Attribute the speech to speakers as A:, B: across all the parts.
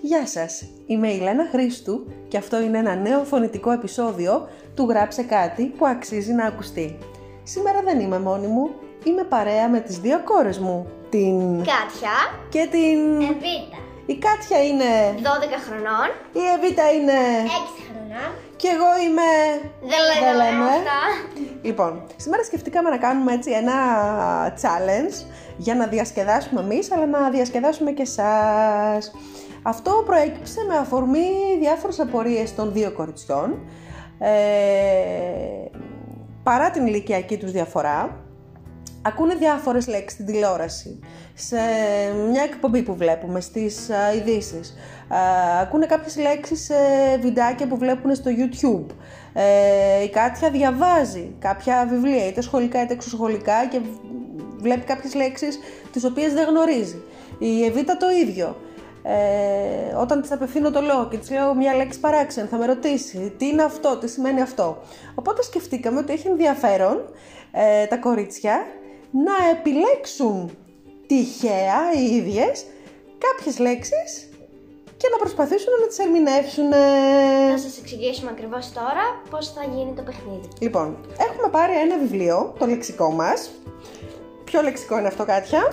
A: Γεια σας, είμαι η Λένα Χρήστου και αυτό είναι ένα νέο φωνητικό επεισόδιο του «Γράψε κάτι» που αξίζει να ακουστεί. Σήμερα δεν είμαι μόνη μου, είμαι παρέα με τις δύο κόρες μου, την
B: Κάτια,
A: και την...
B: Εβίτα,
A: Η Κάτια είναι,
B: 12 χρονών,
A: η Εβίτα είναι
B: 6 χρονών,
A: και εγώ είμαι...
B: δεν λέμε,
A: Δεν λέμε.
B: αυτά.
A: Λοιπόν, σήμερα σκεφτήκαμε να κάνουμε έτσι ένα challenge για να διασκεδάσουμε εμείς, αλλά να διασκεδάσουμε και εσάς. Αυτό προέκυψε με αφορμή διάφορες απορίες των δύο κοριτσιών, ε, παρά την ηλικιακή τους διαφορά, ακούνε διάφορες λέξεις στην τηλεόραση, σε μια εκπομπή που βλέπουμε, στις α, ειδήσεις. Α, ακούνε κάποιες λέξεις σε βιντεάκια που βλέπουν στο YouTube. Ε, η Κάτια διαβάζει κάποια βιβλία, είτε σχολικά είτε εξωσχολικά και βλέπει κάποιες λέξεις τις οποίες δεν γνωρίζει. Η Εβίτα το ίδιο. Ε, όταν της απευθύνω το λόγο και της λέω μια λέξη παράξενη, θα με ρωτήσει τι είναι αυτό, τι σημαίνει αυτό. Οπότε σκεφτήκαμε ότι έχει ενδιαφέρον ε, τα κορίτσια να επιλέξουν τυχαία οι ίδιες κάποιες λέξεις και να προσπαθήσουν να τις ερμηνεύσουν. ε.
B: Θα σας εξηγήσουμε ακριβώς τώρα πώς θα γίνει το παιχνίδι.
A: Λοιπόν, έχουμε πάρει ένα βιβλίο, το λεξικό μας. Ποιο λεξικό είναι αυτό, Κάτια?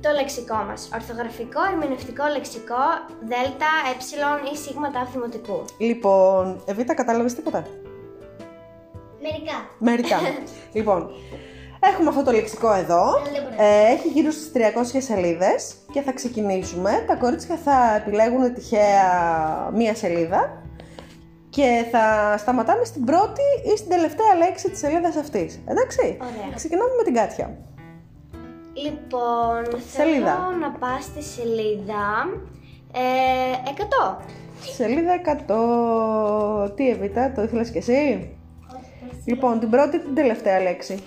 B: Το λεξικό μας. Ορθογραφικό, ερμηνευτικό λεξικό, δέλτα, ε ή σίγμα τάφ δημοτικού.
A: Λοιπόν, Εβίτα, κατάλαβες τίποτα.
B: Μερικά.
A: Μερικά. λοιπόν, έχουμε αυτό το λεξικό εδώ. Ε, έχει γύρω στις 300 σελίδες και θα ξεκινήσουμε. Τα κορίτσια θα επιλέγουν τυχαία μία σελίδα και θα σταματάμε στην πρώτη ή στην τελευταία λέξη της σελίδας αυτής. Εντάξει.
B: Ωραία.
A: Ξεκινάμε με την Κάτια.
B: Λοιπόν,
A: Σελίδα.
B: θέλω να πας στη σελίδα ε, 100.
A: Σελίδα 100. Τι Εβίτα, το ήθελες κι εσύ. Λοιπόν, την πρώτη ή την τελευταία λέξη.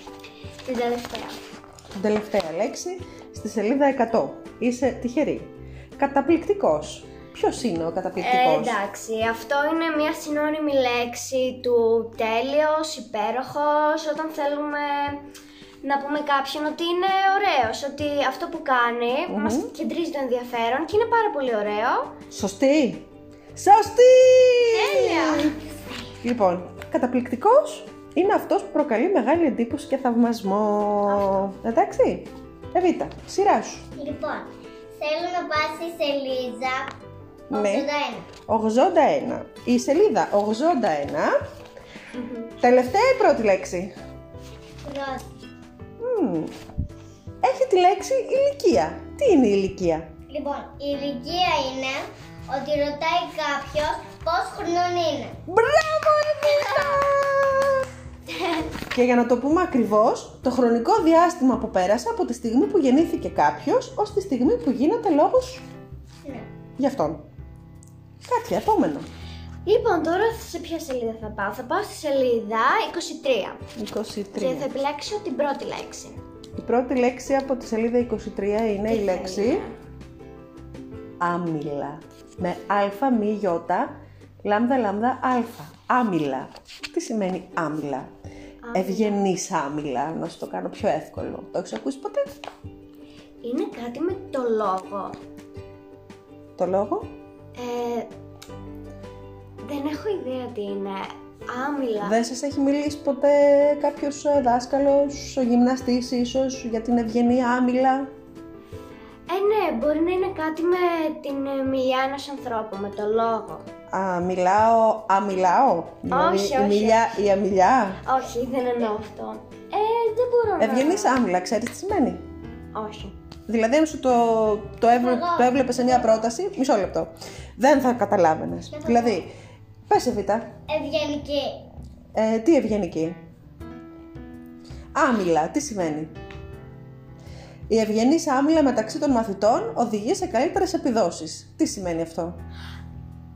B: Την τελευταία.
A: Την τελευταία λέξη στη σελίδα 100. Είσαι τυχερή. Καταπληκτικός. Ποιος είναι ο
B: Ε,
A: καταπληκτικός.
B: εντάξει, αυτό είναι μια συνώνυμη λέξη του τέλειος, υπέροχος, όταν θέλουμε να πούμε κάποιον ότι είναι ωραίος, ότι αυτό που κανει μας κεντρίζει το ενδιαφέρον και είναι πάρα πολύ ωραίο.
A: Σωστή. Σωστή! Ε.
B: Τέλεια!
A: Λοιπόν, καταπληκτικός είναι αυτός που προκαλεί μεγάλη εντύπωση και θαυμασμό. Εντάξει. Εβίτα, σειρά σου.
C: Λοιπόν, θέλω να πας στη σελίδα
A: Ναι.
C: 81.
A: 81. Η σελίδα 81. Τελευταία η πρώτη λέξη.
C: Πρώτη.
A: Μμμ. Έχει τη λέξη ηλικία. Τι είναι η ηλικία.
C: Λοιπόν, η ηλικία είναι ότι ρωτάει κάποιος πώς χρονών είναι.
A: Μπράβο, Εβίτα! Και για να το πούμε ακριβώς, το χρονικό διάστημα που πέρασε από τη στιγμή που γεννήθηκε κάποιος ως τη στιγμή που γίνεται λόγος
C: Ναι.
A: για αυτόν. Κάτι επόμενο.
B: Λοιπόν, τώρα σε ποια σελίδα θα πάω. Θα πάω στη σελίδα 23
A: 23.
B: και θα επιλέξω την πρώτη λέξη.
A: Η πρώτη λέξη από τη σελίδα 23 είναι η λέξη άμυλα. Με α, μη, ι, λάμδα, λάμδα, α. Άμυλα. Τι σημαίνει άμυλα. Ευγενής άμυλα, να σου το κάνω πιο εύκολο. Το έχεις ακούσει ποτέ.
B: Είναι κάτι με το λόγο.
A: Το λόγο.
B: Ε, δεν έχω ιδέα τι είναι. Άμυλα.
A: Δεν σας έχει μιλήσει ποτέ κάποιος ε, δάσκαλος, ο γυμναστής ίσως, για την ευγενή άμυλα.
B: Ε, ναι, μπορεί να είναι κάτι με την ε, μιλιά ενός ανθρώπου, με το λόγο.
A: Α, μιλάω, αμιλάω. Δηλαδή,
B: Όχι,
A: Η
B: όχι,
A: μιλιά, η αμιλιά.
B: Όχι, δεν εννοώ αυτό. Ε, δεν μπορώ να.
A: Ευγενής άμυλα, ξέρεις τι σημαίνει.
B: Όχι.
A: Δηλαδή, αν σου το, το, έβλε,
C: Εγώ.
A: το έβλεπες σε μια πρόταση, μισό λεπτό, δεν θα καταλάβαινες. Δηλαδή, πες Εβίτα,
C: Ευγενική.
A: ε, τι ευγενική. Άμυλα, τι σημαίνει. Η ευγενής άμυλα μεταξύ των μαθητών οδηγεί σε καλύτερες επιδόσεις. Τι σημαίνει αυτό.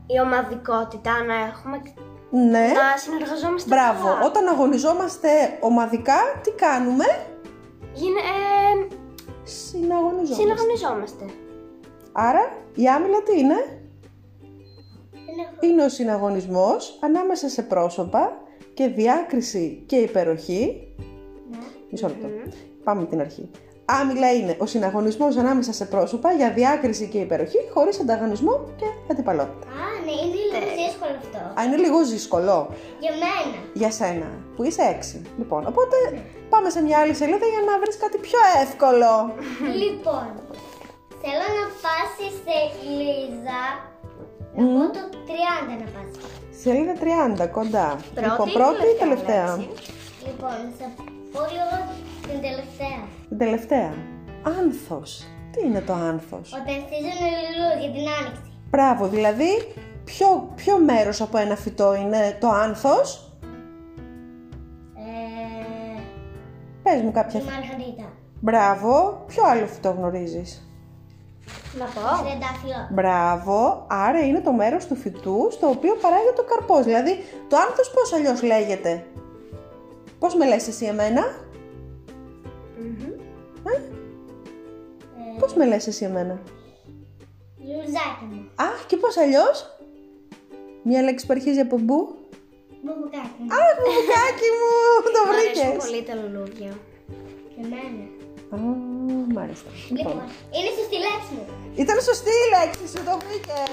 B: Η ομαδικότητα να έχουμε.
A: Ναι,
B: Να συνεργαζόμαστε.
A: μπράβο.
B: καλά.
A: Όταν αγωνιζόμαστε ομαδικά, τι κάνουμε.
B: Γίνε, ε,
A: Συναγωνιζόμαστε.
B: συναγωνιζόμαστε.
A: Άρα, η άμυλα τι είναι.
C: Δεν έχω
A: είναι ο συναγωνισμός ανάμεσα σε πρόσωπα
B: Ναι.
A: και διάκριση και υπεροχή. Μισό λεπτό. Πάμε από την αρχή. Άμυλα είναι ο συναγωνισμός ανάμεσα σε πρόσωπα για διάκριση και υπεροχή χωρίς ανταγωνισμό και αντιπαλότητα.
C: Α, ναι, είναι λίγο δύσκολο αυτό.
A: Α, είναι λίγο δύσκολο
C: Για μένα.
A: για σένα που είσαι έξι. Λοιπόν, οπότε
B: Ναι.
A: πάμε σε μια άλλη σελίδα για να βρεις κάτι πιο εύκολο.
C: λοιπόν, θέλω να πάσεις σε Λίζα. Εγώ το 30 να πάσει.
A: Σελίδα 30, κοντά. Λοιπόν,
B: Πρώτη ή
A: πρώτη ή
B: τελευταία
A: τελευταία.
B: λέξη?
C: Λοιπόν, θα πω λίγο την τελευταία.
A: Την τελευταία. Άνθος. Τι είναι το άνθος.
C: Όταν στήζουν οι λουλούδια την άνοιξη.
A: Μπράβο, δηλαδή ποιο, ποιο μέρος από ένα φυτό είναι το άνθος.
C: Ε,
A: Πες μου
C: η
A: κάποια.
C: Μαργαρίτα.
A: Μπράβο, ποιο άλλο φυτό γνωρίζεις.
B: Να πω.
C: Τρεντάφυλλο.
A: Μπράβο, άρα είναι το μέρος του φυτού στο οποίο παράγεται ο καρπός. Δηλαδή, το άνθος πώς αλλιώς λέγεται. Πώς με λες εσύ εμένα,
C: Ε,
A: πώς με λες εσύ εμένα.
C: Λουζάκι μου.
A: Α, και πώς αλλιώς. Μια λέξη που αρχίζει από μπου.
C: Μπουμπουκάκι μου.
A: Αχ, μπουκάκι μου, το
B: Μ' αρέσουν
A: βρήκες.
B: πολύ τα λουλούδια.
C: Και εμένα.
A: Α, μάλιστα. Λοιπόν,
C: Λοιπόν, είναι σωστή λέξη μου.
A: ήταν σωστή η λέξη σου, το
B: Ναι.
A: βρήκες.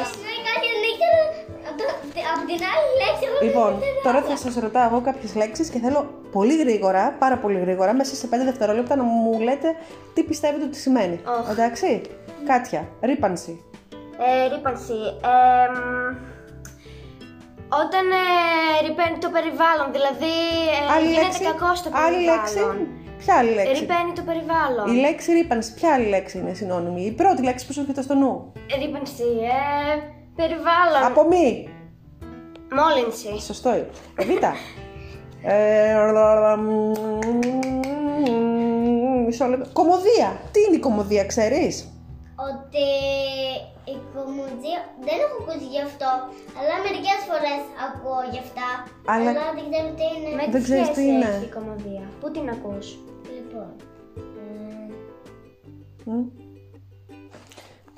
C: Εσύ να κάτι δεν ήξερα από το- από την άλλη λέξη. εγώ δεν
A: Λοιπόν,
C: ήξερα.
A: τώρα θα σας ρωτάω εγώ κάποιες λέξεις και θέλω πολύ γρήγορα, πάρα πολύ γρήγορα, μέσα σε 5 δευτερόλεπτα να μου λέτε τι πιστεύετε ότι σημαίνει.
B: Οχ.
A: Εντάξει. Κάτια, ρήπανση.
B: Ε, ρήπανση. εμ, όταν ε, ρηπαίνει το περιβάλλον, δηλαδή ε, γίνεται κακό στο περιβάλλον.
A: άλλη λέξη. Ποια άλλη λέξη.
B: Ρηπαίνει το περιβάλλον.
A: Η λέξη ρήπανση, ποια άλλη λέξη είναι συνώνυμη. Η πρώτη λέξη που σου έρχεται στο νου.
B: Ρήπανση. Ε, περιβάλλον.
A: Από μη.
B: Μόλυνση.
A: Σωστό είναι. Ε, Β. Ε, μισό λεπτό. Κομμωδία. Τι είναι η κομμωδία, ξέρεις.
C: Ότι η κομμουτζή, δεν έχω ακούσει γι' αυτό, αλλά μερικές φορές ακούω γι' αυτά.
A: Αλλά-
C: Αλλά, δεν ξέρω τι είναι.
B: Με
A: Δεν
B: τι
A: ξέρεις τι
B: σχέση
A: είναι.
B: έχει η κομμωδία. Πού την ακούς.
C: Λοιπόν, ε,
A: Μμ.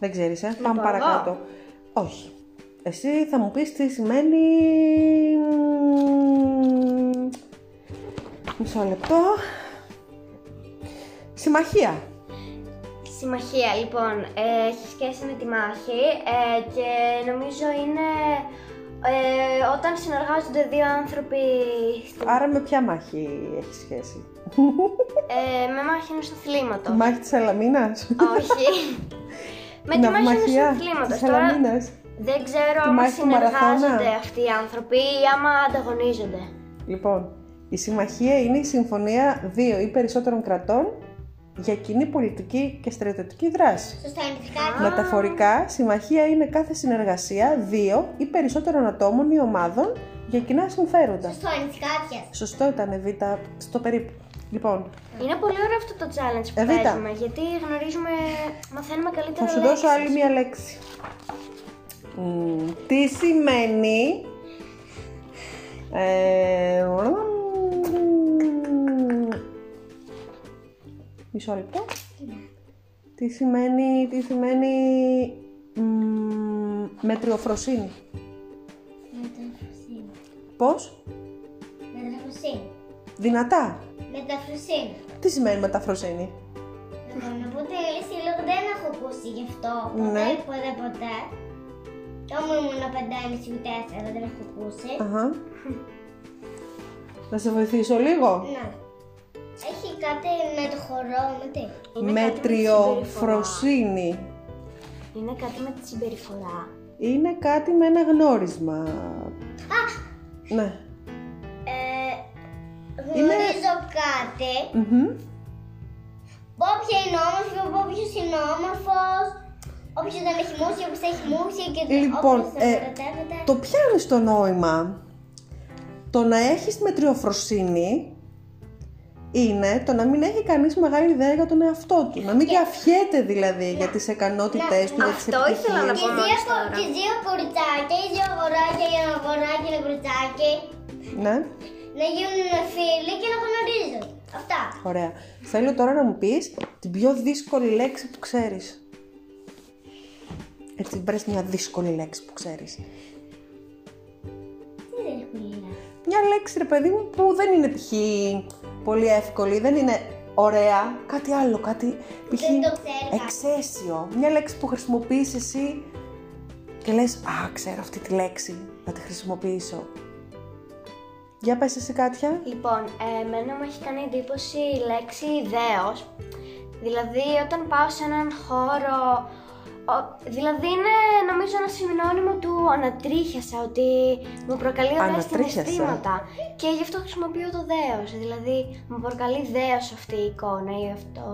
A: Δεν ξέρεις, ε. Πάμε
B: Λοιπόν,
A: παρακάτω.
B: εγώ.
A: Όχι. Εσύ θα μου πεις τι σημαίνει... μμμ, Μισό λεπτό. Συμμαχία.
B: Συμμαχία, λοιπόν, ε, έχει σχέση με τη μάχη ε, και νομίζω είναι ε, όταν συνεργάζονται δύο άνθρωποι στη-
A: Άρα με ποια μάχη έχει σχέση.
B: ε, με μάχη ενός
A: Τη
B: αθλήματος.
A: μάχη της Αλαμίνας.
B: Όχι. με τη μάχη ενός αθλήματος.
A: της
B: Τώρα
A: Αλαμίνας.
B: δεν ξέρω
A: Τη
B: αν
A: μάχη του μαραθώνα.
B: συνεργάζονται αυτοί οι άνθρωποι ή άμα ανταγωνίζονται.
A: Λοιπόν, η συμμαχία είναι η συμφωνία δύο ή περισσότερων κρατών για κοινή πολιτική και στρατιωτική δράση.
C: σωστά είναι κάτι.
A: Μεταφορικά, συμμαχία είναι κάθε συνεργασία δύο ή περισσότερων ατόμων ή ομάδων για κοινά συμφέροντα.
C: Σωστό είναι κάτι.
A: Σωστό ήταν, Β, στο περίπου. Λοιπόν,
B: Είναι πολύ ωραίο αυτό το challenge που
A: Ε, Βίτα.
B: παίζουμε, γιατί γνωρίζουμε, μαθαίνουμε καλύτερα
A: θα σου δώσω άλλη
B: λέξεις.
A: μία λέξη. Μμμ, τι σημαίνει... Ε, μμμ, μισό λεπτό. Τι σημαίνει, τι σημαίνει μμμ, μετριοφροσύνη.
C: Μεταφροσύνη.
A: Πώς?
C: Μεταφροσύνη.
A: Δυνατά.
C: Μεταφροσύνη.
A: Τι σημαίνει μεταφροσύνη.
C: Λοιπόν, να πω τη λύση λίγο δεν έχω ακούσει γι' αυτό.
A: Ναι.
C: Ποτέ, ποτέ, ποτέ. Κι Όμως ήμουν 5,5 ή 4, δεν έχω ακούσει.
A: Αχα. Να σε βοηθήσω λίγο.
C: Ναι. Έχει κάτι με το χορό, με τι.
B: Είναι κάτι με τη συμπεριφορά.
A: Μετριοφροσύνη.
B: Είναι κάτι με τη συμπεριφορά.
A: Είναι κάτι με ένα γνώρισμα.
C: Α,
A: Ναι.
C: Ε, γνωρίζω κάτι.
A: Μμμ.
C: Πω ποια είναι όμορφη, πω ποιος είναι όμορφος. Όποιος δεν έχει μουσια, όποιος έχει μουσια και
A: Λοιπόν,
C: όποιος
A: ε,
C: δεν ερωτεύεται.
A: Το πιάνεις το νόημα. Το να έχεις μετριοφροσύνη είναι το να μην έχει κανείς μεγάλη ιδέα για τον εαυτό του. Να μην καυχέται δηλαδή για τις ικανότητές του, για τις
B: Αυτό
A: επιτυχίες.
B: ήθελα να
C: Και
B: πω
C: δύο,
B: μόλις τώρα.
C: και δύο κοριτσάκια, ή δύο αγοράκια, ένα αγοράκι, ένα κοριτσάκι.
A: Ναι.
C: Να γίνουν φίλοι και να γνωρίζουν. Αυτά.
A: Ωραία. Θέλω τώρα να μου πεις την πιο δύσκολη λέξη που ξέρεις. Έτσι, βρες μια δύσκολη λέξη που ξέρεις.
C: Τι δεν έχω
A: Μια λέξη, ρε παιδί μου, που δεν είναι π.χ. πολύ εύκολη, δεν είναι ωραία, κάτι άλλο, κάτι π.χ.
C: Δεν το ξέρω.
A: εξαίσιο, μια λέξη που χρησιμοποιείς εσύ και λες «Α, ξέρω αυτή τη λέξη, να τη χρησιμοποιήσω». Για πες εσύ κάτια.
B: Λοιπόν, εμένα μου έχει κάνει εντύπωση η λέξη ιδέως. Δηλαδή, όταν πάω σε έναν χώρο. ο- δηλαδή, είναι νομίζω ένα συνώνυμο του ανατρίχιασα, ότι μου προκαλεί ωραία
A: Ανατρίχιασα.
B: συναισθήματα. Και γι' αυτό χρησιμοποιώ το δέος. Δηλαδή, μου προκαλεί δέος αυτή η εικόνα ή αυτό.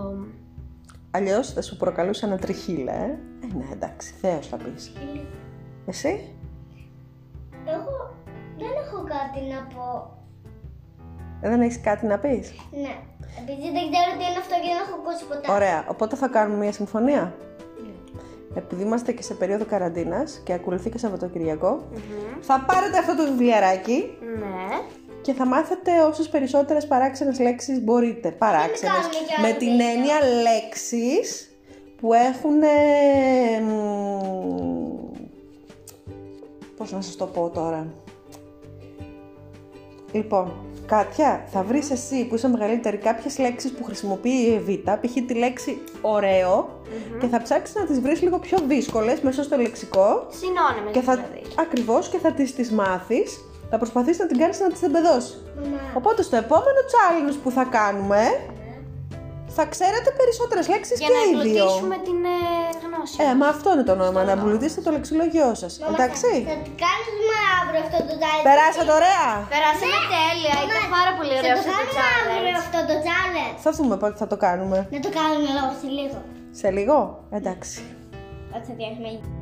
A: Αλλιώς θα σου προκαλούσα να τριχύλα, ε. ε ναι, εντάξει, θέως θα πεις. Εσύ,
C: Εγώ δεν έχω κάτι να πω.
A: δεν έχεις κάτι να πεις.
C: Ναι. Επειδή δεν ξέρω τι είναι αυτό και δεν έχω ακούσει ποτέ.
A: Ωραία, οπότε θα κάνουμε μια συμφωνία. Επειδή είμαστε και σε περίοδο καραντίνας και ακολουθεί και Σαββατοκυριακό, θα πάρετε αυτό το βιβλιαράκι
B: Ναι.
A: και θα μάθετε όσες περισσότερες παράξενες λέξεις μπορείτε. Παράξενες,
C: κάνουμε κι άλλο
A: με την
C: βίντεο.
A: έννοια λέξεις που έχουν... ε, μ, πώς να σας το πω τώρα. Λοιπόν, Κάτια, θα βρεις εσύ που είσαι μεγαλύτερη κάποιες λέξεις που χρησιμοποιεί η Εβίτα, π.χ. τη λέξη ωραίο, και θα ψάξεις να τις βρεις λίγο πιο δύσκολες μέσα στο λεξικό
B: Συνώνυμες
A: και θα,
B: δηλαδή.
A: ακριβώς και θα τις, τις μάθεις, θα προσπαθείς να την κάνεις να τις εμπεδώσεις.
C: Μαμά.
A: Οπότε στο επόμενο challenge που θα κάνουμε, θα ξέρετε περισσότερες λέξεις
B: Ναι. Για
A: και
B: να
A: οι δύο.
B: εμπλουτίσουμε την ε, γνώση.
A: Ε,
B: μας.
A: μα αυτό είναι το νόημα, να εμπλουτίσετε το λεξιλόγιό σας,
C: Μαμά,
A: εντάξει.
C: Θα, θα κάνουμε αύριο αυτό το challenge.
A: Περάσατε ωραία!
B: Περάσαμε τέλεια, ήταν
C: Μαμά,
B: πάρα πολύ ωραίο
C: Θα
B: αυτό
C: το
B: το
C: κάνουμε αύριο
B: challenge.
C: αυτό το challenge.
A: Θα δούμε πότε θα το κάνουμε.
C: Να το κάνουμε λόγω σε λίγο.
A: Σε λίγο, εντάξει.
C: Όταν θα διαγνωρίσουμε.